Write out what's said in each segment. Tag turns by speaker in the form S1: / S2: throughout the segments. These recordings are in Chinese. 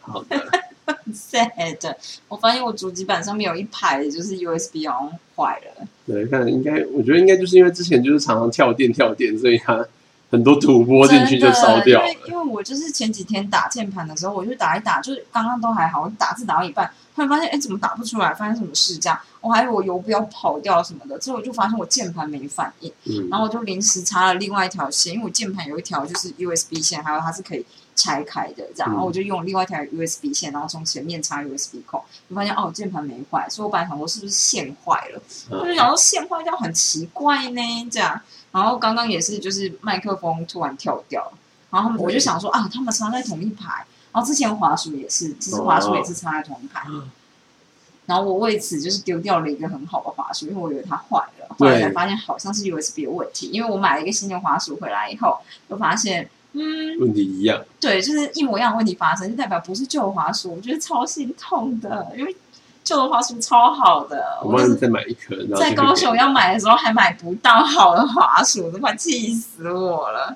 S1: 好的，
S2: 很 sad。我发现我主机板上面有一排就是 USB 好像坏了，
S1: 对，看应该，我觉得应该就是因为之前就是常常跳电跳电，所以它很多土拨进去就烧掉
S2: 真的因为
S1: 了。
S2: 因为我就是前几天打键盘的时候，我就打一打，就是刚刚都还好，我打字打到一半，突然发现哎怎么打不出来，发生什么事这样，我还以为我游标跑掉什么的，之后我就发现我键盘没反应。
S1: 嗯
S2: 然，后我就临时插了另外一条线，因为我键盘有一条就是 USB 线，还有它是可以拆开的这样，
S1: 嗯
S2: 然后我就用另外一条 USB 线，然后从前面插 USB 孔，我发现哦，我键盘没坏，所以我本来想说是不是线坏了，我就
S1: 嗯
S2: 想说线坏掉很奇怪呢这样，然后刚刚也是就是麦克风突然跳掉，然后我就想说啊，他们插在同一排，然后之前滑鼠也是，其实滑鼠也是插在同一排，然后我为此就是丢掉了一个很好的滑鼠，因为我以为它坏了，后来才发现好像是 USB 的问题。因为我买了一个新的滑鼠回来以后，就发现，嗯，
S1: 问题一样，
S2: 对，就是一模一样的问题发生，就代表不是旧的滑鼠，我觉得超心痛的，因为旧的滑鼠超好的，
S1: 我
S2: 我
S1: 帮
S2: 就
S1: 你
S2: 是
S1: 再买一颗，然后
S2: 在
S1: 就
S2: 高雄要买的时候还买不到 好的滑鼠，都快气死我了。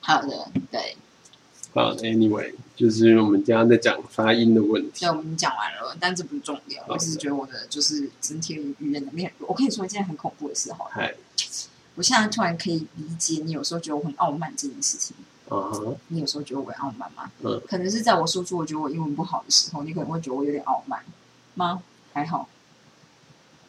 S2: 好的，对，
S1: 好，Anyway，就是我们刚刚在讲发音的问题
S2: 所以。我们已经讲完了，但这不是重点。我只是觉得我的就是整体语言能力很弱。我可以说一件很恐怖的事好了
S1: 嗨。
S2: 我现在突然可以理解你有时候觉得我很傲慢这件事情。
S1: 啊哈，
S2: 你有时候觉得我很傲慢吗？
S1: 嗯
S2: 可能是在我说出我觉得我英文不好的时候，你可能会觉得我有点傲慢吗？还好，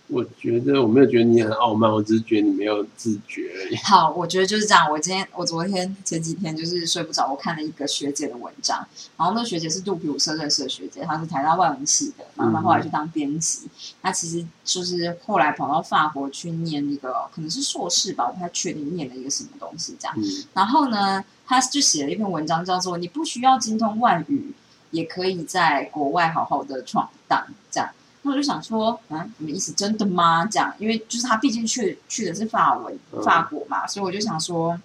S1: 我觉得我没有觉得你很傲慢，我只是觉得你没有自觉而已。
S2: 好，我觉得就是这样。我今天，我昨天前几天就是睡不着，我看了一个学姐的文章，然后那个学姐是肚皮舞社认识的学姐，她是台大外文系的，然后她后来去当编辑，她其实就是后来跑到法国去念一个可能是硕士吧，我不太确定念了一个什么东西这样。
S1: 嗯
S2: 然后呢，他就写了一篇文章，叫做“你不需要精通外语，也可以在国外好好的闯荡”这样。那我就想说，嗯，你们意思真的吗？这样，因为就是他毕竟去去的是法文
S1: 嗯
S2: 法国嘛，所以我就想说，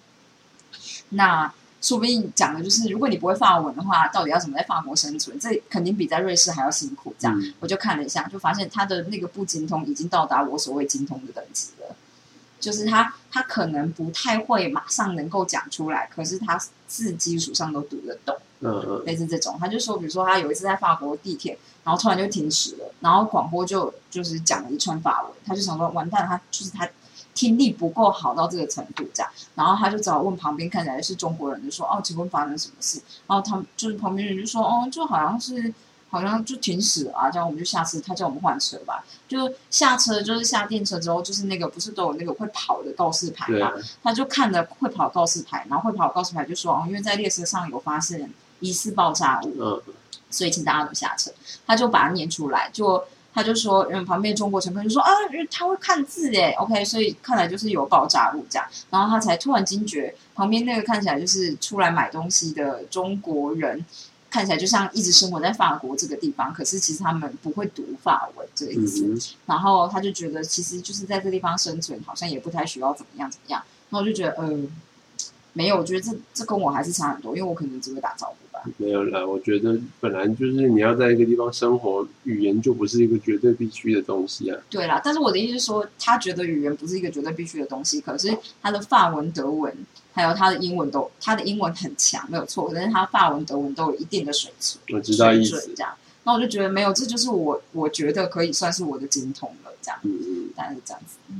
S2: 那说不定讲的就是，如果你不会法文的话，到底要怎么在法国生存？这肯定比在瑞士还要辛苦。这样，
S1: 嗯
S2: 我就看了一下，就发现他的那个不精通已经到达我所谓精通的等级了。就是他，他可能不太会马上能够讲出来，可是他字基础上都读得懂，
S1: 嗯
S2: 类似这种。他就说，比如说他有一次在法国地铁，然后突然就停止了，然后广播就就是讲了一串法文，他就想说完蛋了，他就是他听力不够好到这个程度这样，然后他就只好问旁边看起来是中国人，就说哦，请问发生什么事？然后他们就是旁边人就说，哦，就好像是好像就停驶了啊，这样我们就下车，他叫我们换车吧。就下车就是下电车之后，就是那个不是都有那个会跑的告示牌
S1: 对
S2: 嘛
S1: 啊，
S2: 他就看着会跑告示牌，然后会跑告示牌就说，哦，因为在列车上有发现疑似爆炸物，
S1: 嗯
S2: 所以请大家都下车。他就把它念出来，就他就说，嗯，旁边中国乘客就说啊，他会看字耶 o k 所以看来就是有爆炸物这样。然后他才突然惊觉，旁边那个看起来就是出来买东西的中国人，看起来就像一直生活在法国这个地方，可是其实他们不会读法文这个意
S1: 嗯
S2: 思。
S1: 哼
S2: 然后他就觉得其实就是在这地方生存，好像也不太需要怎么样怎么样。然后我就觉得，呃，没有，我觉得这这跟我还是差很多，因为我可能只会打招呼吧。
S1: 没有啦，我觉得本来就是你要在一个地方生活，语言就不是一个绝对必须的东西啊。
S2: 对啦，但是我的意思是说，他觉得语言不是一个绝对必须的东西，可是他的法文、德文，还有他的英文都，他的英文很强，没有错，但是他法文、德文都有一定的水准，
S1: 我知道意
S2: 水准
S1: 思，
S2: 这样。那我就觉得没有，这就是我我觉得可以算是我的精通了，这样，
S1: 嗯嗯，
S2: 大概是这样子。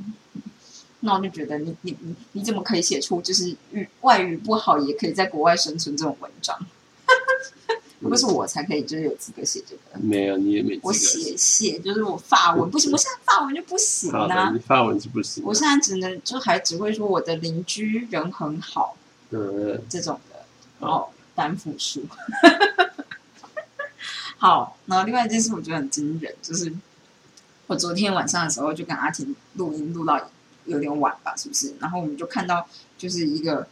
S2: 那我就觉得你你你你怎么可以写出就是语外语不好也可以在国外生存这种文章？如果是我才可以，就是有资格写这个。
S1: 没有，你也没
S2: 我
S1: 资
S2: 写写就是我法文不行，我现在法文就不行
S1: 格。好
S2: 啦、
S1: 的，你法文是不行的
S2: 我。现在只能就还只会说我的邻居人很好
S1: 嗯，
S2: 这种的，然
S1: 好，
S2: 后单复数。 好，然后另外一件事我觉得很惊人，就是我昨天晚上的时候就跟阿婷录音录到有点晚吧，是不是？然后我们就看到就是一个，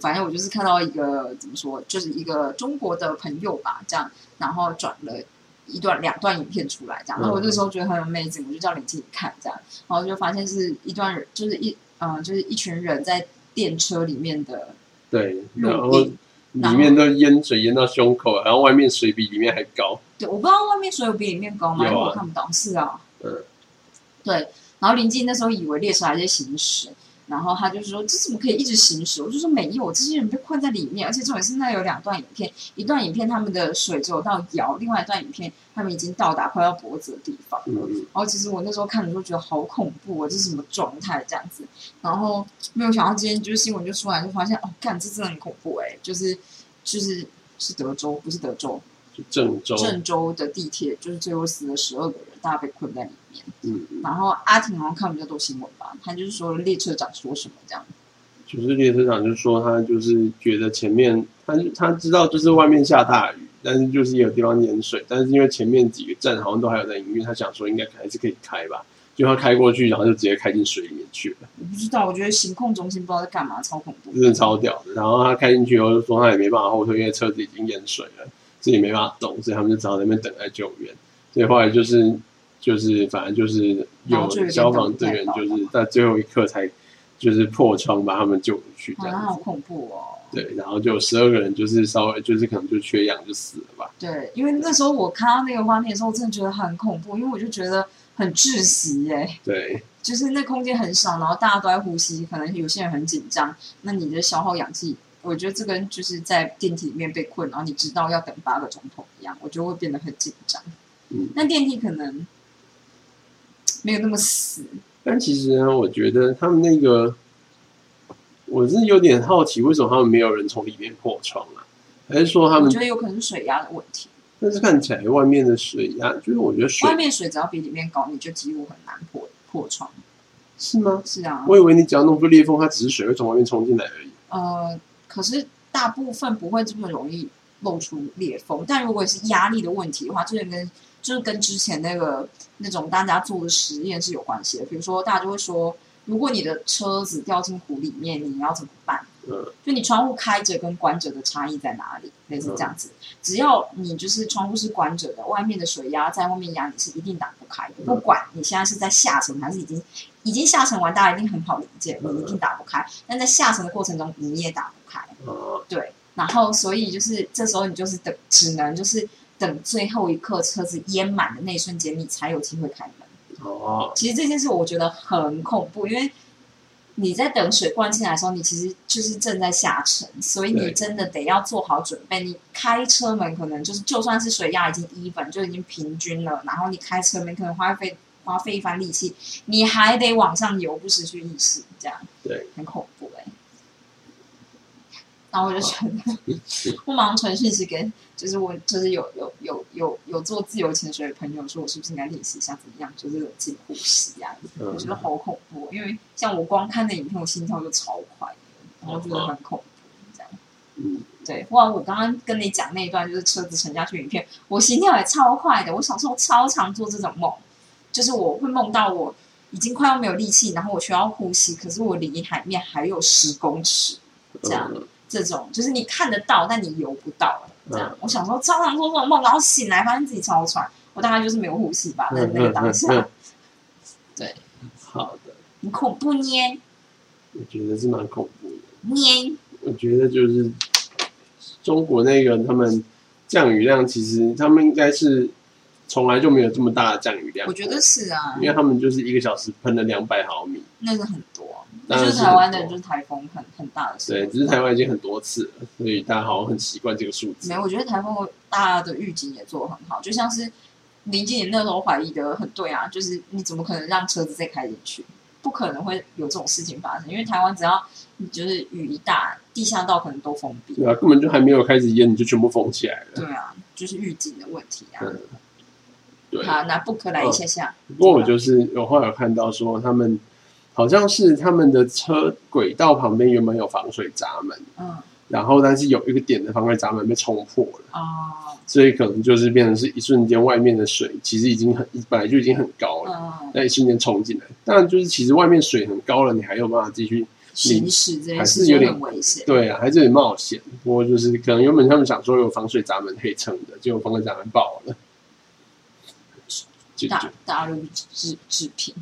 S2: 反正我就是看到一个怎么说，就是一个中国的朋友吧，这样，然后转了一段两段影片出来，这样。然后我那时候觉得很 amazing，我就叫林静看这样，然后就发现是一段人，就是一嗯、就是一群人在电车里面的
S1: 对，
S2: 录
S1: 然后
S2: 音。
S1: 里面都淹水淹到胸口，然后外面水比里面还高。
S2: 对，我不知道外面水有比里面高吗？
S1: 有啊
S2: 因为我看不到。是啊，
S1: 嗯，
S2: 对。然后林静那时候以为列车还在行驶，然后他就说这怎么可以一直行驶？我就说没有，这些人被困在里面，而且重点是那有两段影片，一段影片他们的水只有到腰，另外一段影片他们已经到达快要脖子的地方。
S1: 嗯，
S2: 然后其实我那时候看的时候觉得好恐怖哦，这是什么状态这样子？然后没有想到今天就是新闻就出来，就发现哦，干这真的很恐怖哎、就是就是是德州，不是德州，
S1: 就郑州，
S2: 郑州的地铁就是最后死了十二个人，大家被困在里面。
S1: 嗯，
S2: 然后阿婷好像看比较多新闻吧，她就是说列车长说什么这样。
S1: 就是列车长就说他就是觉得前面他就他知道就是外面下大雨，但是就是有地方淹水，但是因为前面几个站好像都还有在营运，他想说应该还是可以开吧，就他开过去，然后就直接开进水里面去了，
S2: 我不知道，我觉得行控中心不知道在干嘛，超恐怖。
S1: 真的超屌的。然后他开进去以后就说他也没办法后退，因为车子已经淹水了，自己没办法动，所以他们就只好在那边等待救援。所以后来就是就是反正就是
S2: 然后就有
S1: 有
S2: 点
S1: 消防队员
S2: 等不太
S1: 就
S2: 到
S1: 是在最后一刻才就是破窗把他们救出去，这
S2: 啊，
S1: 样子
S2: 好。恐怖哦！
S1: 对，然后就有十二个人，就是稍微就是可能就缺氧就死了吧。
S2: 对，因为那时候我看到那个画面的时候，我真的觉得很恐怖，因为我就觉得很窒息耶、
S1: 对，
S2: 就是那空间很少，然后大家都在呼吸，可能有些人很紧张，那你的消耗氧气，我觉得这跟就是在电梯里面被困，然后你知道要等八个钟头一样，我觉得会变得很紧张。
S1: 嗯，
S2: 那电梯可能没有那么死，
S1: 但其实呢，我觉得他们那个，我是有点好奇，为什么他们没有人从里面破窗啊？还是说他
S2: 我
S1: 们
S2: 觉？得有可能是水压的问题。
S1: 但是看起来外面的水压，就是我觉得水
S2: 外面水只要比里面高，你就几乎很难破破窗。
S1: 是吗？
S2: 是啊，
S1: 我以为你只要弄出裂缝，它只是水会从外面冲进来而已。
S2: 呃，可是大部分不会这么容易露出裂缝，但如果是压力的问题的话，这个跟就是跟之前那个那种大家做的实验是有关系的。比如说，大家就会说，如果你的车子掉进湖里面，你要怎么办？
S1: 嗯，
S2: 就你窗户开着跟关着的差异在哪里？类似这样子，只要你就是窗户是关着的，外面的水压在外面压，你是一定打不开的。不管你现在是在下沉还是已经已经下沉完，大家一定很好理解，你一定打不开。但在下沉的过程中，你也打不开。
S1: 啊，
S2: 然后所以就是这时候你就是等，只能就是等最后一刻车子淹满的那一瞬间，你才有机会开门。
S1: 哦，
S2: 其实这件事我觉得很恐怖，因为你在等水灌进来的时候，你其实就是正在下沉，所以你
S1: 对
S2: 真的得要做好准备。你开车门可能就是就算是水压已经一本就已经平均了，然后你开车门可能花费花费一番力气，你还得往上游，不失去意识，这样
S1: 对，
S2: 很恐怖哎、然后我就觉得， 我马上传讯息给，就是我就是有有有有有做自由潜水的朋友，说我是不是应该练习一下怎么样，就是冷静呼吸啊，我
S1: 嗯
S2: 觉，得好恐怖，哦因为像我光看那影片，我心跳就超快的，然后觉得很恐怖，这样。
S1: 嗯，
S2: 对，不然我刚刚跟你讲那一段就是车子沉下去的影片，我心跳也超快的。我小时候超常做这种梦，就是我会梦到我已经快要没有力气，然后我需要呼吸，可是我离海面还有十公尺，这样
S1: 嗯
S2: 这种就是你看得到，但你游不到这
S1: 嗯
S2: 样。我小时候超常做这种梦，然后醒来发现自己超喘，我大概就是没有呼吸吧，在那个
S1: 嗯
S2: 当
S1: 嗯
S2: 下
S1: 嗯好的，
S2: 很恐怖捏
S1: 我觉得是蛮恐怖的。
S2: 捏，
S1: 我觉得就是中国那个他们降雨量，其实他们应该是从来就没有这么大的降雨量。
S2: 我觉得，是啊，
S1: 因为他们就是一个小时喷了两百毫米，
S2: 那是很多，
S1: 当然
S2: 就是是台湾的
S1: 很
S2: 就
S1: 多
S2: 是台风很很大的时候，
S1: 对，只是台湾已经很多次了，所以大家好像很习惯这个数字
S2: 没，。有，我觉得台风大家的预警也做得很好，就像是林静也那时候怀疑的很对啊，就是你怎么可能让车子再开进去？不可能会有这种事情发生，因为台湾只要你就是雨一大，地下道可能都封闭。
S1: 对啊，根本就还没有开始淹，你就全部封起来了。
S2: 对啊，就是预警的问题啊。
S1: 嗯对，嗯
S2: 好，那不可来一下下。
S1: 不过我就是有后来有看到说，他们好像是他们的车轨道旁边原本有防水闸门，
S2: 嗯
S1: 然后但是有一个点的防水闸门被冲破了。
S2: 哦
S1: 所以可能就是变成是一瞬间，外面的水其实已经很本来就已经很高了，
S2: 嗯，
S1: 那一瞬间冲进来。当然就是其实外面水很高了，你还有办法继续
S2: 行驶这件
S1: 还
S2: 事
S1: 是
S2: 就
S1: 有点
S2: 很危险。
S1: 对啊，还是很冒险。不过就是可能原本他们想说有防水闸门可以撑的，结果防水闸门爆了，就就
S2: 大大陆制制品，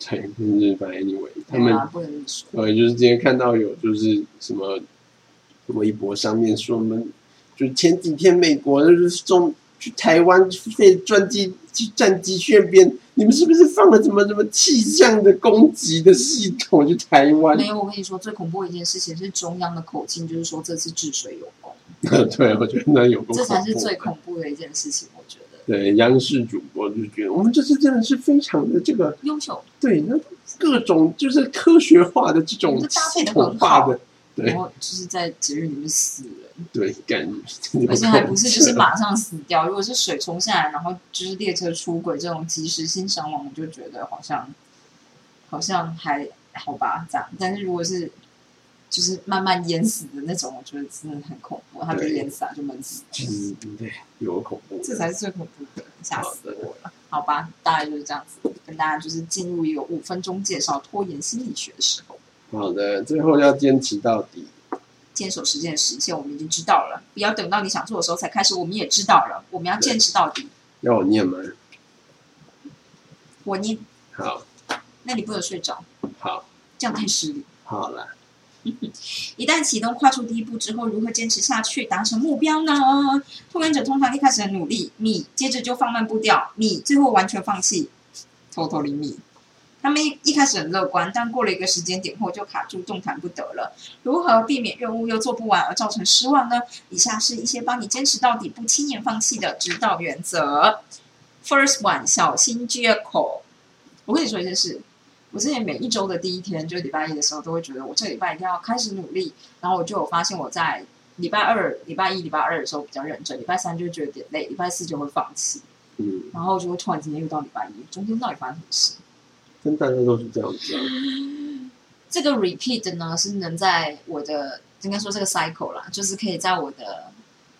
S1: 对，就是反正 anyway，他
S2: 对
S1: 们
S2: 啊，不能这么说。
S1: 呃就是今天看到有就是什么微博上面说我们就前几天美国就是中去台湾费专机去战机炫编，你们是不是放了什么什么气象的攻击的系统去台湾？
S2: 没有，我跟你说，最恐怖的一件事情是中央的口径，就是说这次治水有功，
S1: 对，我觉得那有够
S2: 这才
S1: 恐
S2: 是
S1: 怖
S2: 最恐怖的一件事情。我觉得
S1: 对央视主播就觉得我们这次真的是非常的这个
S2: 优秀，
S1: 对，那各种就是科学化的这种
S2: 我们搭
S1: 系
S2: 配得
S1: 统
S2: 很
S1: 化
S2: 好
S1: 的，对
S2: 然后就是在节日里面死人，
S1: 对，感觉
S2: 而且还不是就是马上死掉。如果是水冲下来，然后就是列车出轨这种及时性伤亡，我就觉得好像好像还好吧，这样。但是如果是就是慢慢淹死的那种，我觉得真的很恐怖。他不是
S1: 对
S2: 淹死啊，就闷死，
S1: 嗯，对，有恐怖，
S2: 这才是最恐怖的，吓
S1: 好
S2: 死
S1: 的
S2: 我。好吧，大概就是这样子，跟大家就是进入一个五分钟介绍拖延心理学的时候。
S1: 好的，最后要坚持到底。
S2: 坚守实践的实现，我们已经知道了，不要等到你想做的时候才开始，我们也知道了，我们要坚持到底。
S1: 要我念吗？
S2: 我你
S1: 好，
S2: 那你不能睡着，
S1: 好，
S2: 这样太失礼。
S1: 好啦，
S2: 一旦启动跨出第一步之后，如何坚持下去，达成目标呢？拖延者通常一开始很努力，米，接着就放慢步调，米，最后完全放弃，偷偷里米。他们一一开始很乐观，但过了一个时间点后就卡住，动弹不得了。如何避免任务又做不完而造成失望呢？以下是一些帮你坚持到底、不轻言放弃的指导原则。First one，小心接口。我跟你说一件事，我之前每一周的第一天，就是礼拜一的时候，都会觉得我这礼拜一定要开始努力。然后我就有发现我在礼拜二、礼拜一、礼拜二的时候比较认真，礼拜三就会觉得有点累，礼拜四就会放弃，
S1: 嗯，
S2: 然后就会突然之间又到礼拜一，中间到底发生什么事？
S1: 跟大家都是这样子啊。
S2: 这个 repeat 呢是能在我的应该说这个 cycle 啦，就是可以在我的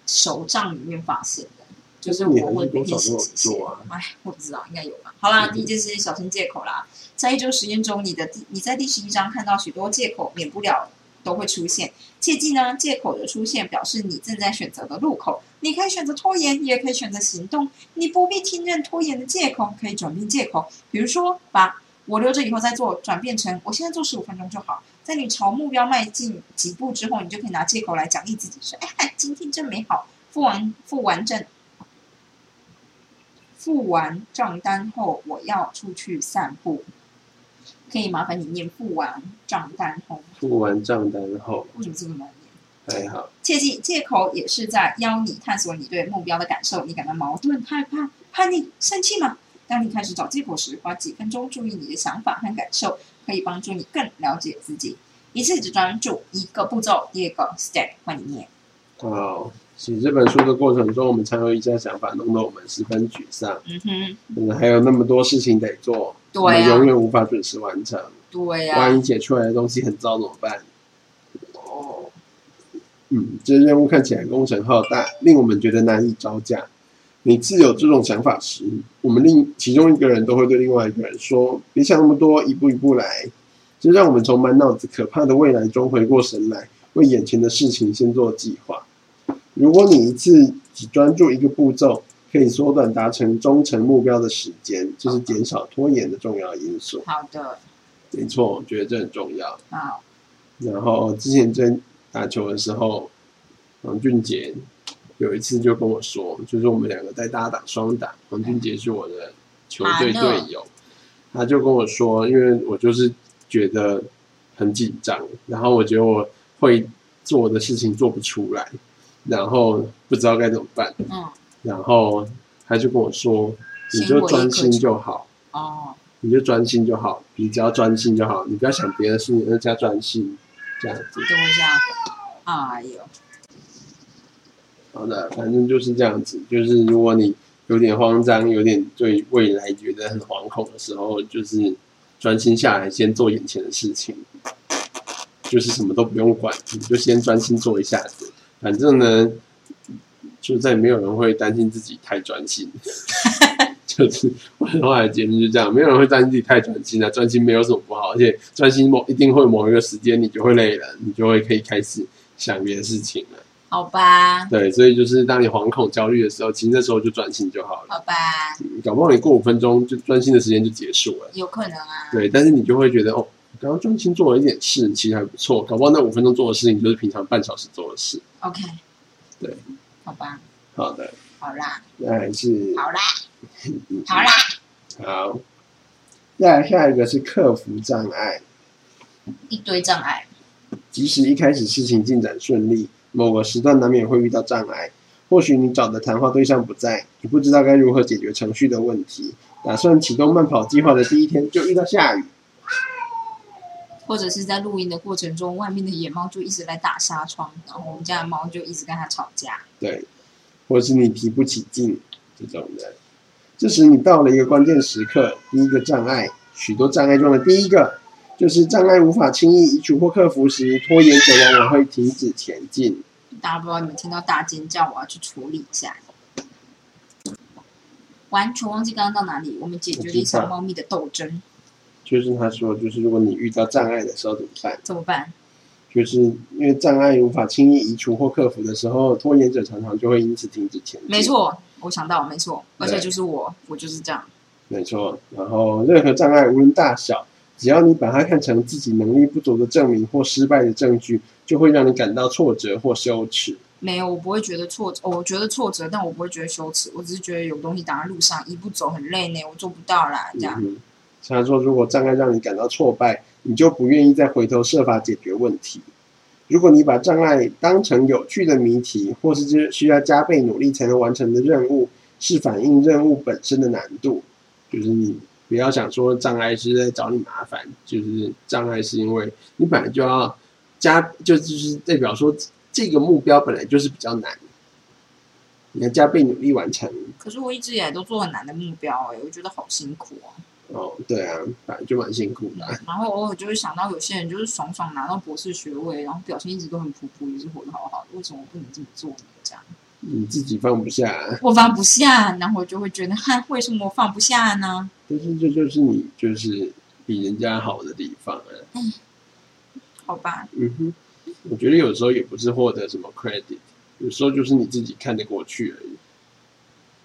S2: 手账里面发现的，就是
S1: 你
S2: 我
S1: 还
S2: 会
S1: 是
S2: 每
S1: 多少
S2: 天写
S1: 都有
S2: 写写
S1: 做。啊？
S2: 哎，我不知道，应该有吧。好啦，
S1: 嗯
S2: 第一件事情小心借口啦。在一周实验中，你的第你在第十一章看到许多借口，免不了都会出现。切记呢，借口的出现表示你正在选择的路口。你可以选择拖延，也可以选择行动。你不必听任拖延的借口，可以转变借口。比如说，把我留着以后再做转变成我现在做十五分钟就好。在你朝目标迈进几步之后，你就可以拿借口来奖励自己，说：“哎，今天真美好。”付完付完证付完账单后，我要出去散步。可以麻烦你念付完账单后，
S1: 付完账单后
S2: 为什么这么难念？
S1: 还好，
S2: 切记，借口也是在邀你探索你对目标的感受。你感到矛盾、害怕、叛逆、生气吗？当你开始找借口时，花几分钟注意你的想法和感受，可以帮助你更了解自己。一次只专注一个步骤，第二个 step 换你念。
S1: 好。写这本书的过程中，我们常有一些想法弄得我们十分沮丧，
S2: 嗯哼，
S1: 我们还有那么多事情得做，我
S2: 对啊
S1: 们永
S2: 呀、
S1: 远无法准时完成。
S2: 对啊呀、
S1: 万一写出来的东西很糟怎么办？
S2: 哦，
S1: 嗯，这任务看起来工程浩大，令我们觉得难以招架。每次有这种想法时，我们另其中一个人都会对另外一个人说：“别想那么多，一步一步来。”这让我们从满脑子可怕的未来中回过神来，为眼前的事情先做计划。如果你一次只专注一个步骤，可以缩短达成中程目标的时间，这是减少拖延的重要因素。
S2: 好的，
S1: 没错，我觉得这很重要。
S2: 好，
S1: 然后之前在打球的时候，王俊杰有一次就跟我说，就是我们两个在搭档双打，王俊杰是我的球队队友，他就跟我说，因为我就是觉得很紧张，然后我觉得我会做的事情做不出来，然后不知道该怎么办，
S2: 嗯，
S1: 然后他就跟我说，你
S2: 先
S1: 就
S2: 回
S1: 专
S2: 一颗
S1: 心
S2: 球
S1: 就好，
S2: 哦，
S1: 你就专心就好，你只要专心就好，你不要想别的事情，而加专心这样子。
S2: 等我一下，哎呦，
S1: 好的，反正就是这样子。就是如果你有点慌张，有点对未来觉得很惶恐的时候，就是专心下来，先做眼前的事情，就是什么都不用管，你就先专心做一下子。反正呢，就在没有人会担心自己太专心， 就是我后来的结论就这样，没有人会担心自己太专心啊，专心没有什么不好，而且专心某一定会某一个时间你就会累了，你就会可以开始想别的事情了。
S2: 好吧，
S1: 对，所以就是当你惶恐焦虑的时候，其实那时候就专心就好了。
S2: 好吧，
S1: 搞不好你过五分钟就专心的时间就结束了。
S2: 有可能啊，
S1: 对，但是你就会觉得哦，刚刚专心做了一点事，其实还不错。搞不好那五分钟做的事情就是平常半小时做的事。
S2: ，OK，
S1: 对，
S2: 好吧，
S1: 好的，
S2: 好啦，
S1: 那还是
S2: 好啦，
S1: 嗯
S2: 好啦，
S1: 好，再来下一个是克服障碍。
S2: 一堆障碍，
S1: 即使一开始事情进展顺利，某个时段难免会遇到障碍。或许你找的谈话对象不在，你不知道该如何解决程序的问题。打算启动慢跑计划的第一天就遇到下雨，
S2: 或者是在录音的过程中，外面的野猫就一直来打纱窗，然后我们家的猫就一直跟它吵架。
S1: 对，或是你提不起劲这种的。这时你到了一个关键时刻，第一个障碍，许多障碍中的第一个，就是障碍无法轻易移除或克服时，拖延者往往会停止前进。
S2: 大家不知道你们听到大尖叫，我要去处理一下。完全忘记刚刚到哪里，我们解决了一场猫咪的斗争，
S1: 就是他说，就是如果你遇到障碍的时候怎么办？
S2: 怎么办？
S1: 就是因为障碍无法轻易移除或克服的时候，拖延者常常就会因此停止前进。
S2: 没，错，我想到，没错，而且
S1: 对
S2: 就是我，我就是这样。
S1: 没错。然后任何障碍无论大小，只要你把它看成自己能力不足的证明或失败的证据，就会让你感到挫折或羞耻。
S2: 没有，我不会觉得挫折、哦我觉得挫折，但我不会觉得羞耻，我只是觉得有东西挡在路上，一步走很累呢，我做不到啦，这
S1: 嗯
S2: 样。
S1: 哼。他说，如果障碍让你感到挫败，你就不愿意再回头设法解决问题。如果你把障碍当成有趣的谜题，或是是需要加倍努力才能完成的任务，是反映任务本身的难度。就是你不要想说障碍是在找你麻烦，就是障碍是因为你本来就要加，就就是代表说这个目标本来就是比较难，你要加倍努力完成。
S2: 可是我一直以来都做很难的目标、哎，我觉得好辛苦哦、
S1: 哦，对啊，本来就蛮辛苦的啊、
S2: 然后偶尔就会想到有些人就是爽爽拿到博士学位，然后表现一直都很普普，也是活得好好的，为什么我不能这么做呢？这样
S1: 你自己放不下、
S2: 我放不下，然后我就会觉得，哈，为什么我放不下呢？
S1: 但是这就是你就是比人家好的地方啊。
S2: 好吧，
S1: 嗯哼，我觉得有时候也不是获得什么 credit，有时候就是你自己看得过去而已。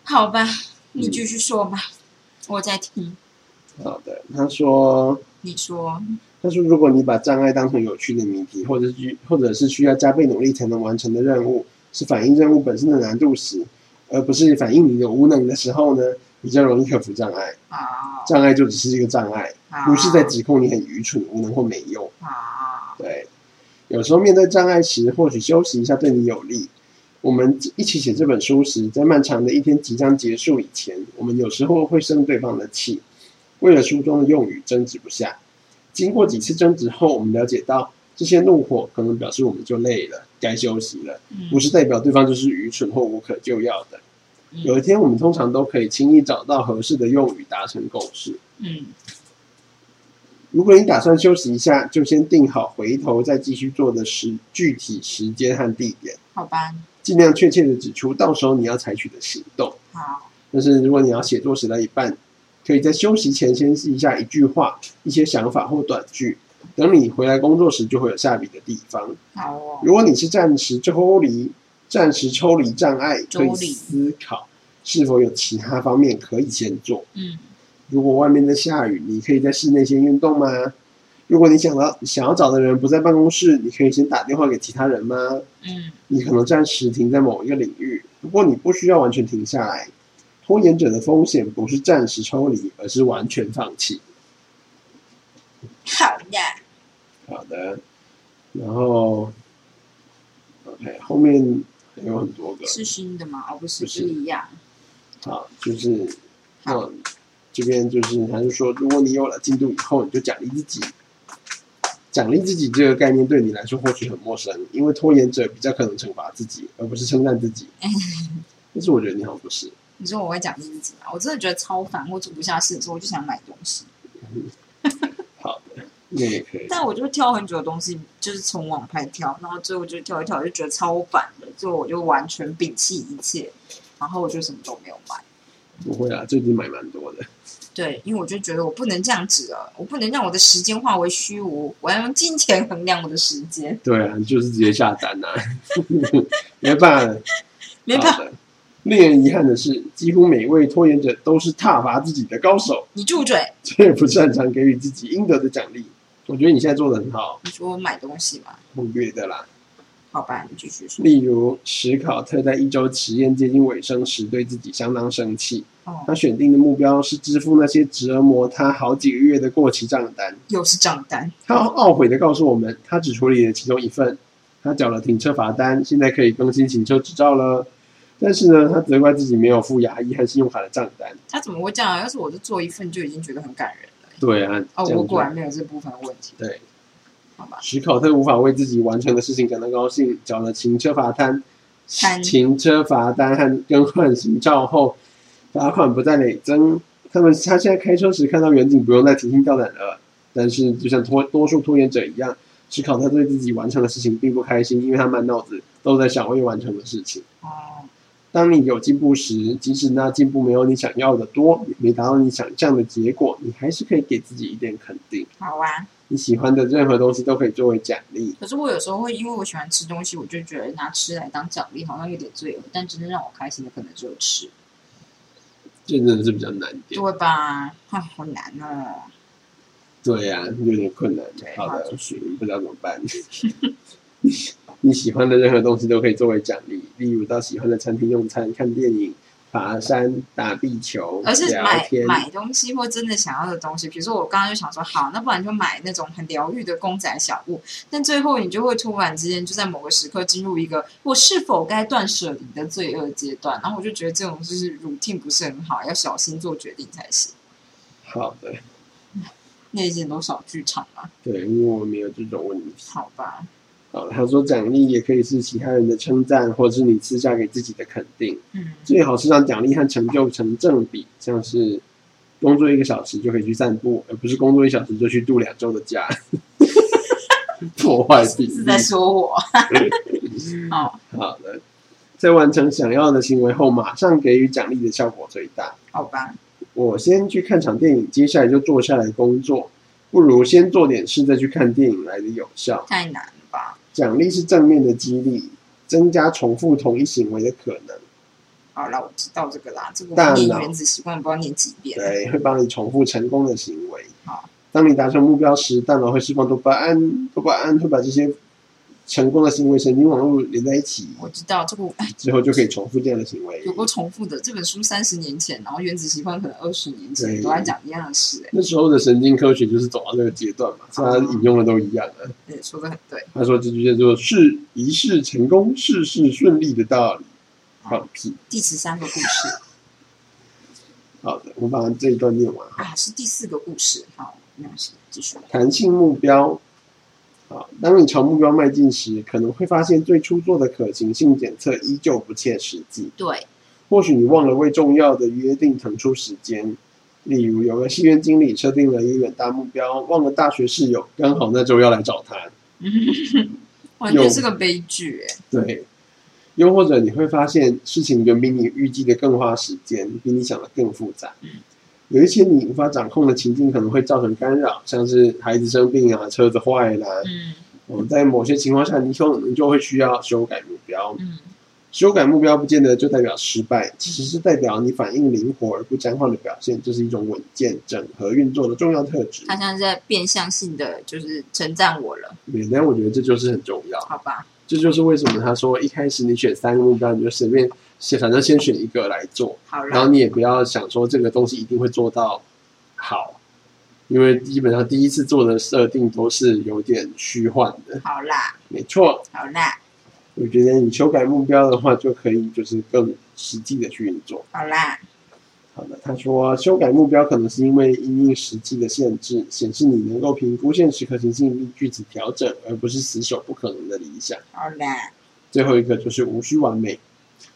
S2: 好吧，
S1: 嗯
S2: 你继续说吧，我在听
S1: 好的，他说。
S2: 你说。
S1: 他说：“如果你把障碍当成有趣的谜题，或者是或者是需要加倍努力才能完成的任务，是反映任务本身的难度时，而不是反映你的无能的时候呢，比较容易克服障碍。
S2: 好，
S1: 障碍就只是一个障碍，
S2: 啊好
S1: 不是在指控你很愚蠢、无能或没用。
S2: 好，
S1: 对，有时候面对障碍时，或许休息一下对你有利。我们一起写这本书时，在漫长的一天即将结束以前，我们有时候会生对方的气，为了书中的用语争执不下。经过几次争执后，我们了解到这些怒火可能表示我们就累了，该休息了，
S2: 嗯
S1: 不是代表对方就是愚蠢或无可救药的。
S2: 嗯
S1: 有一天，我们通常都可以轻易找到合适的用语达成共识。
S2: 嗯，
S1: 如果你打算休息一下，就先定好回头再继续做的时具体时间和地点，
S2: 好吧，
S1: 尽量确切的指出到时候你要采取的行动。
S2: 好，
S1: 但是如果你要写作写到一半，可以在休息前先记一下一句话、一些想法或短句，等你回来工作时就会有下笔的地方。
S2: 好哦，
S1: 如果你是暂时抽离、暂时抽离障碍，可以思考是否有其他方面可以先做。
S2: 嗯，
S1: 如果外面在下雨，你可以在室内先运动吗？如果你想到想要找的人不在办公室，你可以先打电话给其他人吗？
S2: 嗯，
S1: 你可能暂时停在某一个领域，不过你不需要完全停下来。拖延者的风险不是暂时抽离，而是完全放弃。
S2: 好呀，
S1: 好的，然后，OK，后面还有很多个，
S2: 是新的吗？哦，不是，
S1: 不是
S2: 不一样。
S1: 好，啊就是
S2: 好
S1: 那这边就是他就说，如果你有了进度以后，你就奖励自己。奖励自己这个概念对你来说或许很陌生，因为拖延者比较可能惩罚自己，而不是称赞自 己。但是我觉得你好像不是，
S2: 你说我会奖励自己吗？我真的觉得超烦，我做不下事的时候，我就想买东西，
S1: 好的，那也可以。
S2: 但我就挑很久的东西，就是从网拍挑，然后最后就挑一挑，就觉得超烦的，最后我就完全摒弃一切，然后我就什么都没有买。
S1: 不会啊，最近买蛮多的。
S2: 对，因为我就觉得我不能这样子了，我不能让我的时间化为虚无，我要用金钱衡量我的时间，
S1: 对啊，就是直接下单呐、啊， 没办法。
S2: 没办法
S1: 好的。令人遗憾的是，几乎每位拖延者都是挞伐自己的高手，
S2: 你住嘴！
S1: 却不擅长给予自己应得的奖励。我觉得你现在做的很好，
S2: 你说我买东西嘛？
S1: 我觉得啦。
S2: 好吧，你继续说。
S1: 例如，史考特在一周实验接近尾声时，对自己相当生气，
S2: 哦，
S1: 他选定的目标是支付那些折磨他好几个月的过期账单。
S2: 又是账单，
S1: 他懊悔的告诉我们，他只处理了其中一份，他缴了停车罚单，现在可以更新行车执照了。但是呢，他责怪自己没有付牙医和信用卡的账单。
S2: 他怎么会这样啊？要是我就做一份，就已经觉得很感人了。
S1: 对啊，
S2: 哦，
S1: 这样就
S2: 我果然没有这部分的问题。
S1: 对，
S2: 好吧，
S1: 史考特无法为自己完成的事情感到高兴，缴了停车罚单、
S2: 单
S1: 停车罚单和更换行照后，罚款不再累增。他们他现在开车时看到远景，不用再提心吊胆了。但是，就像拖多数拖延者一样，史考特对自己完成的事情并不开心，因为他满脑子都在想未完成的事情。
S2: 哦，
S1: 当你有进步时，即使那进步没有你想要的多，也没达到你想象的结果，你还是可以给自己一点肯定。
S2: 好啊。
S1: 你喜欢的任何东西都可以作为奖励。
S2: 可是我有时候会因为我喜欢吃东西，我就觉得拿吃来当奖励好像有点罪恶，但真正让我开心的可能只有吃，
S1: 这真的是比较难一点。
S2: 对吧？啊，好难哦。
S1: 对呀、有点困难
S2: 对。啊
S1: 好的
S2: 好继，
S1: 不知道怎么办。 你喜欢的任何东西都可以作为奖励，例如到喜欢的餐厅用餐、看电影、爬山、打壁球、
S2: 而是
S1: 聊
S2: 买
S1: 天。
S2: 买东西或真的想要的东西，比如说我刚刚就想说，好，那不然就买那种很疗愈的公仔小物，但最后你就会突然之间就在某个时刻进入一个我是否该断舍离的罪恶阶段，然后我就觉得这种就是 routine 不是很好，要小心做决定才行。
S1: 好的，
S2: 内建多少剧场啊？
S1: 对，因为我没有这种问题。
S2: 好吧，
S1: 好了，他说奖励也可以是其他人的称赞，或是你私下给自己的肯定。
S2: 嗯，
S1: 最好是让奖励和成就成正比，像是工作一个小时就可以去散步，而不是工作一小时就去度两周的假， 破坏比
S2: 是
S1: 例。
S2: 在说我。哦，
S1: 好的，在完成想要的行为后，马上给予奖励的效果最大。
S2: 好吧，
S1: 我先去看场电影，接下来就坐下来工作，不如先做点事再去看电影来的有效。
S2: 太难了吧？
S1: 奖励是正面的激励，增加重复同一行为的可能。
S2: 好了，我知道这个啦，这个
S1: 大
S2: 我念
S1: 脑
S2: 原子习惯不知道念几遍。
S1: 对，会帮你重复成功的行为
S2: 好。
S1: 当你达成目标时，大脑会释放多巴胺，多巴胺会把这些成功的行为神经网络连在一起，
S2: 我知道这个，哎，
S1: 之后就可以重复这样的行为。
S2: 有过重复的。这本书三十年前，然后《原子习惯》可能二十年
S1: 对
S2: 前都在讲一样的事、哎
S1: 那时候的神经科学就是走到那个阶段嘛，所以他引用的都一样啊。
S2: 对，说的很对。
S1: 他说这句叫做“是一事成功，事事顺利”的道理，放屁。
S2: 第十三个故事
S1: 好的，我把这一段念完。
S2: 啊，是第四个故事。好，没关系，继续。
S1: 弹性目标。好，当你朝目标迈进时，可能会发现最初做的可行性检测依旧不切实际。
S2: 对，
S1: 或许你忘了为重要的约定腾出时间，例如有个戏院经理设定了一个远大目标，忘了大学室友刚好那周要来找他。
S2: 完全是个悲剧、哎，
S1: 对，又或者你会发现事情远比你预计的更花时间，比你想的更复杂。有一些你无法掌控的情境可能会造成干扰，像是孩子生病啊、车子坏啦、
S2: 嗯
S1: 我们在某些情况下，你可能就会需要修改目标。
S2: 嗯，
S1: 修改目标不见得就代表失败，其实是代表你反应灵活而不僵化的表现，这是一种稳健、整合运作的重要特质。
S2: 他现在在变相性的就是称赞我了，
S1: 对，但我觉得这就是很重要，
S2: 好吧？
S1: 这就是为什么他说一开始你选三个目标，你就随便先，反正先选一个来做，
S2: 好
S1: 然后
S2: 了，
S1: 你也不要想说这个东西一定会做到好，因为基本上第一次做的设定都是有点虚幻的。
S2: 好啦，
S1: 没错，
S2: 好啦，
S1: 我觉得你修改目标的话，就可以就是更实际的去运作。
S2: 好啦，
S1: 好的，他说修改目标可能是因为因应实际的限制，显示你能够评估现实可行性并据此调整，而不是死守不可能的理想。
S2: 好啦，
S1: 最后一个就是无需完美。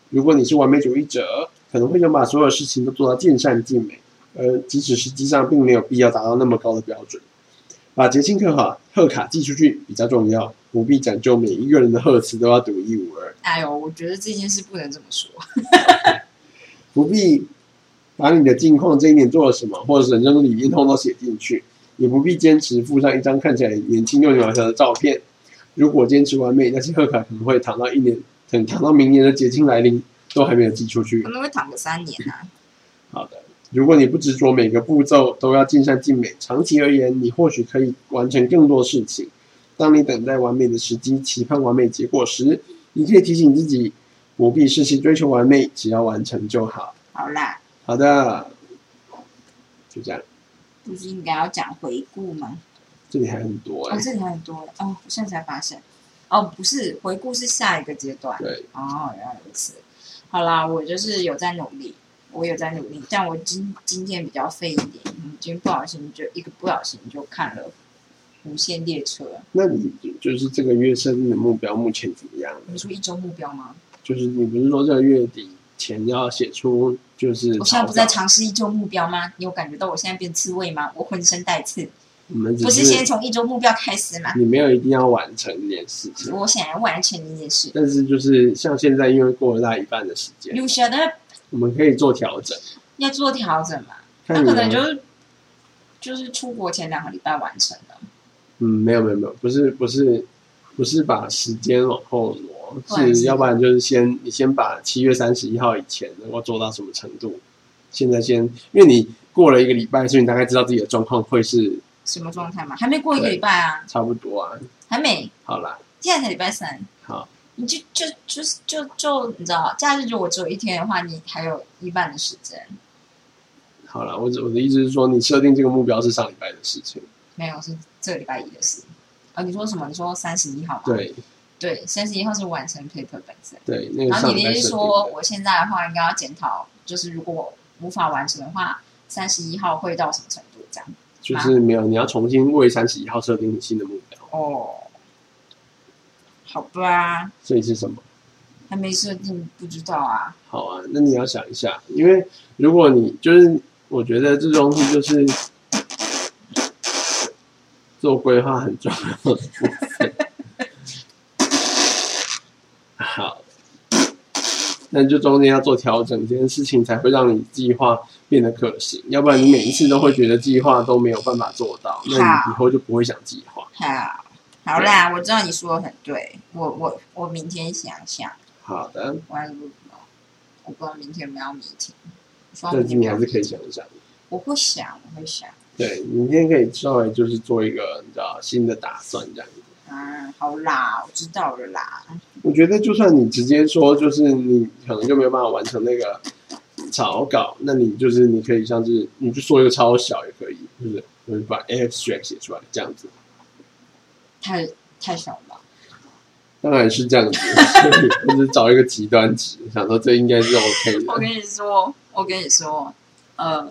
S1: 如果你是完美主义者，可能会想把所有事情都做到尽善尽美，而即使实际上并没有必要达到那么高的标准。把捷信贺卡贺卡寄出去比较重要，不必讲究每一个人的贺词都要独一无二。
S2: 哎呦，我觉得这件事不能这么说。
S1: 不必把你的近况这一年做了什么，或者人生理念通通都写进去，也不必坚持附上一张看起来年轻又渺小的照片。如果坚持完美，那些贺卡可能会躺到一年，等躺到明年的结晶来临都还没有寄出去
S2: 可。能会躺个三年啊。
S1: 好的，如果你不执着每个步骤都要尽善尽美，长期而言，你或许可以完成更多事情。当你等待完美的时机，期盼完美结果时，你可以提醒自己，不必事先追求完美，只要完成就好。
S2: 好啦，
S1: 好的，就这样，
S2: 不是应该要讲回顾吗？
S1: 这里还很多哎、
S2: 哦，这里还很多哦，我现在才发现，哦，不是，回顾是下一个阶段。
S1: 对，
S2: 哦，原来如此。好啦，我就是有在努力，我有在努力，但我今今天比较废一点，嗯今天不小心就一个不小心就看了《无限列车》。
S1: 那你就就是这个月设定的目标目前怎么样呢？
S2: 你说一周目标吗？
S1: 就是你不是说这个月底前要写出就是
S2: 我现在不是在
S1: 草
S2: 尝试一周目标吗？你有感觉到我现在变刺猬吗？我浑身带刺，
S1: 稿，我们只
S2: 不是先从一周目标开始吗？
S1: 你没有一定要完成这件事情，
S2: 我想要完成一件事。
S1: 但是就是像现在，因为过了大一半的时间，
S2: You shut up，
S1: 我们可以做调整。
S2: 要做调整嘛？
S1: 看
S2: 那
S1: 你
S2: 可
S1: 呢
S2: 能就是就是出国前两个礼拜完成的。
S1: 嗯，没有没有没有，不是不是不是把时间往后挪，
S2: 不然
S1: 是
S2: 是
S1: 要不然就是先你先把七月三十一号以前能够做到什么程度，现在先，因为你过了一个礼拜，所以你大概知道自己的状况会是
S2: 什么状态嘛？还没过一个礼拜啊，
S1: 差不多啊。
S2: 还没，
S1: 好啦，
S2: 现在才礼拜三。
S1: 好，
S2: 你就就就是就就你知道，假日如果只有一天的话，你还有一半的时间，
S1: 好啦，我只我的意思是说，你设定这个目标是上礼拜的事情，
S2: 没有是这礼拜一的事。啊，你说什么？你说三十一号吗？
S1: 对
S2: 对，三十一号是完成 paper 本身。
S1: 对，那个
S2: 然后
S1: 上
S2: 你
S1: 礼
S2: 的
S1: 拜
S2: 意思
S1: 设
S2: 是
S1: 定
S2: 说，
S1: 的，
S2: 我现在的话应该要检讨，就是如果我无法完成的话，三十一号会到什么程度？这样
S1: 就是没有，你要重新为三十一号设定你新的目标，
S2: 哦，好吧，
S1: 所以是什么？
S2: 还没设定，不知道啊。
S1: 好啊，那你要想一下，因为如果你就是，我觉得这东西就是做规划很重要的部分。好，那就中间要做调整，这件事情才会让你计划变得可行。要不然你每一次都会觉得计划都没有办法做到，那
S2: 好
S1: 你以后就不会想计划。
S2: 好，哎好啦，我知道你说的很对，我我我明天想想，
S1: 好的，
S2: 我还不我不知道明天有没有 meeting，我希望
S1: 但
S2: 明
S1: 是你
S2: 天不要
S1: 还是可以想一想。
S2: 我会想，我会想
S1: 对，你明天可以稍微就是做一个你知道新的打算这样子。
S2: 啊，好啦，我知道了啦，
S1: 我觉得就算你直接说，就是你可能就没有办法完成那个草稿，那你就是你可以像是你就做一个超小也可以，就是就是把 abstract 写出来这样子，
S2: 太太小了吧。
S1: 当然是这样子， 所以我只是找一个极端值，想说这应该是 OK
S2: 我
S1: 的。
S2: 跟你说，我跟你说，呃，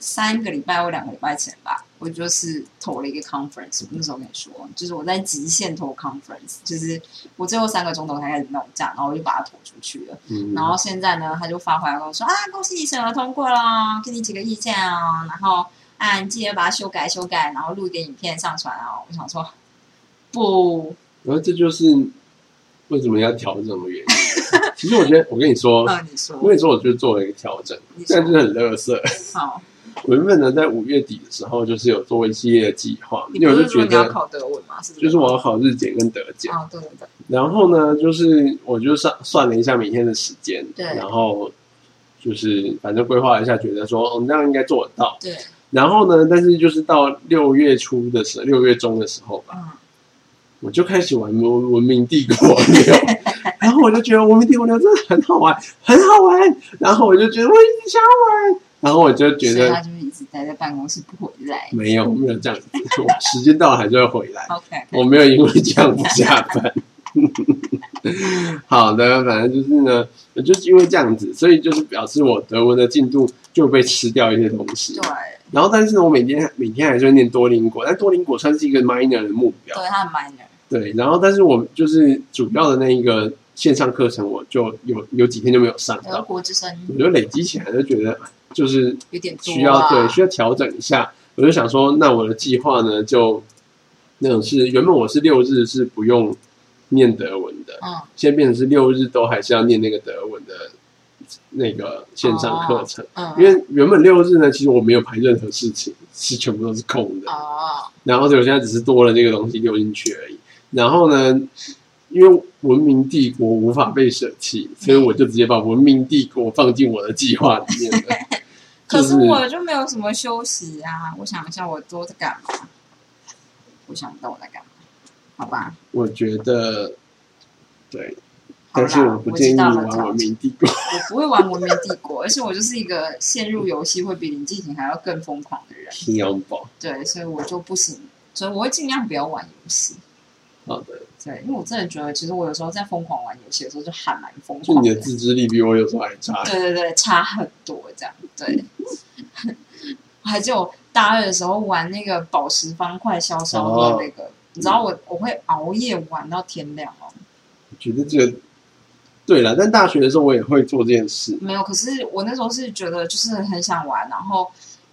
S2: 三个礼拜或两个礼拜前吧，我就是投了一个 conference。那时候跟你说，就是我在极限投 conference，就是我最后三个钟头才开始弄这样，然后我就把它投出去了。
S1: 嗯，
S2: 然后现在呢，他就发回来跟我说啊，恭喜你审核通过啦，给你几个意见啊，然后啊，你记得把它修改修改，然后录一点影片上传啊。我想说，不，
S1: 然后这就是为什么要调整的原因。其实我觉得，我跟你说，
S2: 呃，你说
S1: 我，跟你说，我就做了一个调整，
S2: 你
S1: 但就是
S2: 说，
S1: 很乐色。
S2: 好，
S1: 我原本呢，在五月底的时候，就是有做一系列的计划，
S2: 你
S1: 因为
S2: 不
S1: 我就是
S2: 说
S1: 觉
S2: 你要
S1: 得，
S2: 考德文吗？是不
S1: 就是我要考日检跟德检。
S2: 啊，对对对。
S1: 然后呢，就是我就算算了一下每天的时间，
S2: 对
S1: 然后就是反正规划了一下，觉得说哦，那样应该做得到。
S2: 对，
S1: 然后呢，但是就是到六月初的时候，六月中的时候吧，
S2: 嗯，
S1: 我就开始玩文文明帝国六，然后我就觉得文明帝国六真的很好玩，很好玩。然后我就觉得我一直想要玩，然后我就觉
S2: 所以他
S1: 得
S2: 就是一啊直待在办公室不回来。
S1: 没有没有这样子，我时间到了还是会回来。
S2: OK，
S1: 我没有因为这样不下班。 好的，反正就是呢，我就是因为这样子，所以就是表示我德文的进度就被吃掉一些东西
S2: 对。
S1: 然后，但是呢，我每天每天还是会念多邻国，但多邻国算是一个 minor 的目标。
S2: 对，他很 minor，
S1: 对，然后但是我就是主要的那一个线上课程，我就有有几天就没有上
S2: 德
S1: 到，
S2: 国之声
S1: 我就累积起来，就觉得就是
S2: 有点多、啊，
S1: 需要对需要调整一下。我就想说，那我的计划呢，就那种是原本我是六日是不用念德文的，
S2: 嗯，
S1: 现在变成是六日都还是要念那个德文的那个线上课程。
S2: 嗯，
S1: 因为原本六日呢，其实我没有排任何事情，是全部都是空的。
S2: 哦，
S1: 然后所以我现在只是多了这个东西丢进去而已。然后呢，因为文明帝国无法被舍弃，所以我就直接把文明帝国放进我的计划里 面了。就
S2: 可
S1: 是
S2: 是我就没有什么休息啊。我想一下，我都在干嘛？我想不到我在干嘛。好吧，
S1: 我觉得，对，
S2: 好
S1: 但是
S2: 啦，
S1: 不
S2: 我
S1: 建
S2: 知
S1: 议你
S2: 道
S1: 玩
S2: 了，
S1: 《
S2: 超
S1: 文明帝国》。
S2: 我不会玩《文明帝国》，而且我就是一个陷入游戏会比林敬廷还要更疯狂的人，
S1: 天要宝，
S2: 对，所以我就不行，所以我会尽量不要玩游戏。
S1: 好的，
S2: 对，因为我真的觉得，其实我有时候在疯狂玩游戏的时候，就还蛮疯
S1: 就
S2: 狂
S1: 你
S2: 的。
S1: 的自制力比我有时候还差。
S2: 对对对，差很多这样。对， 我还记得我大二的时候玩那个宝石方块消消乐那个，你知道我我会熬夜玩到天亮哦。
S1: 我觉得这个，对了，但大学的时候我也会做这件事，
S2: 没有，可是我那时候是觉得就是很想玩，然后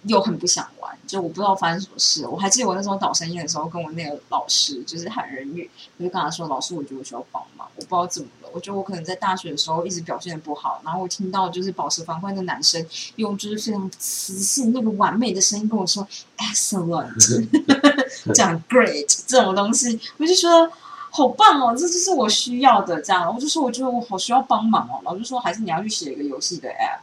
S2: 又很不想玩，就我不知道发生什么事。我还记得我那时候导生意的时候，跟我那个老师就是韩人玉，我就跟他啊说：“老师，我觉得我需要帮忙，我不知道怎么了，我觉得我可能在大学的时候一直表现的不好，然后我听到就是宝石方块的男生用就是非常磁性那个完美的声音跟我说哎 excellent，讲 great 这种东西，我就觉得。”好棒哦！这就是我需要的，这样，我就说我觉得我好需要帮忙哦。老师说还是你要去写一个游戏的 app，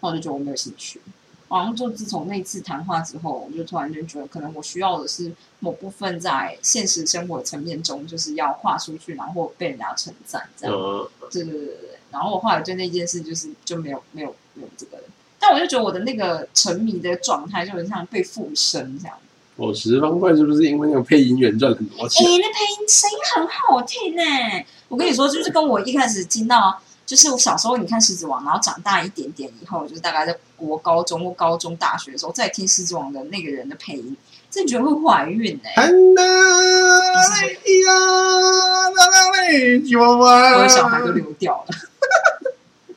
S2: 那我就觉得我没有兴趣。然后就自从那次谈话之后，我就突然间觉得，可能我需要的是某部分在现实生活层面中，就是要跨出去，然后被人家称赞，这样。
S1: 呃，
S2: 对对对对对。然后我后来对那件事就是就没有没有没有这个，但我就觉得我的那个沉迷的状态就很像被附身这样。
S1: 宝石方块是不是因为那个配音员赚很多
S2: 哎、
S1: 钱？
S2: 那配音声音很好听呢、我跟你说，就是跟我一开始听到，就是我小时候你看《狮子王》，然后长大一点点以后，就是大概在国高中或高中、大学的时候，再听《狮子王》的那个人的配音，真的觉得会怀孕呢、
S1: 安娜哎呀，娜娜嘞，吉娃娃，
S2: 我的小孩都流掉了。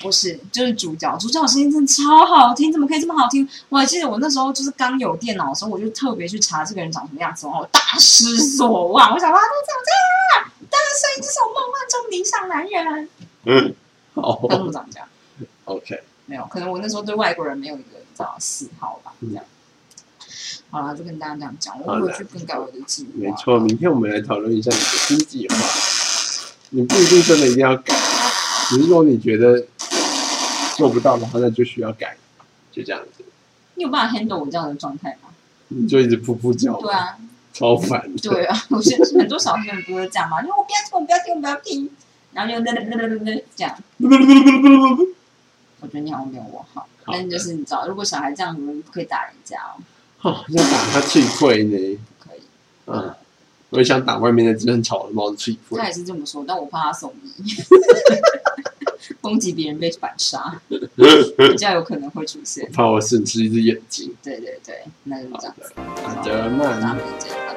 S2: 不是，就是主角，主角的声音真的超好听，怎么可以这么好听？我还记得我那时候就是刚有电脑的时候，我就特别去查这个人长什么样子，然后我大失所望，我想啊哇，他长这样啊，但是声音就是我梦幻中理想男人，
S1: 嗯，好
S2: 他怎么长这样？
S1: ，OK，
S2: 没有，可能我那时候对外国人没有一个你知道嗜好吧，这样。
S1: 嗯
S2: 好了，就跟大家这样讲，我会去更改我的计划。
S1: 没错，明天我们来讨论一下你的新计划。你不一定真的一定要改，只是说你觉得做不到的话，那就需要改，就这样子。
S2: 你有办法 handle 我这样的状态吗？
S1: 你就一直噗噗叫，
S2: 对，啊，
S1: 超烦的。
S2: 对啊，我现在很多小学生不是这样嘛，就我不要听，我不要听，我不要听，然后就噔噔噔噔噔噔 这样。我觉得你好像没有我好，
S1: 好
S2: 但就是你知道，如果小孩这样，我们不可以打人家哦，
S1: 哦，要打他气溃呢。
S2: 不可以。
S1: 嗯，我也想打外面那只很吵的猫的气
S2: 他也
S1: 溃。
S2: 是这么说，但我怕他送医， 攻击别人被反 杀，比较有可能会出现。
S1: 怕我损失一只眼睛。
S2: 对对对，那就这样子，
S1: 好的，那
S2: 咱们见。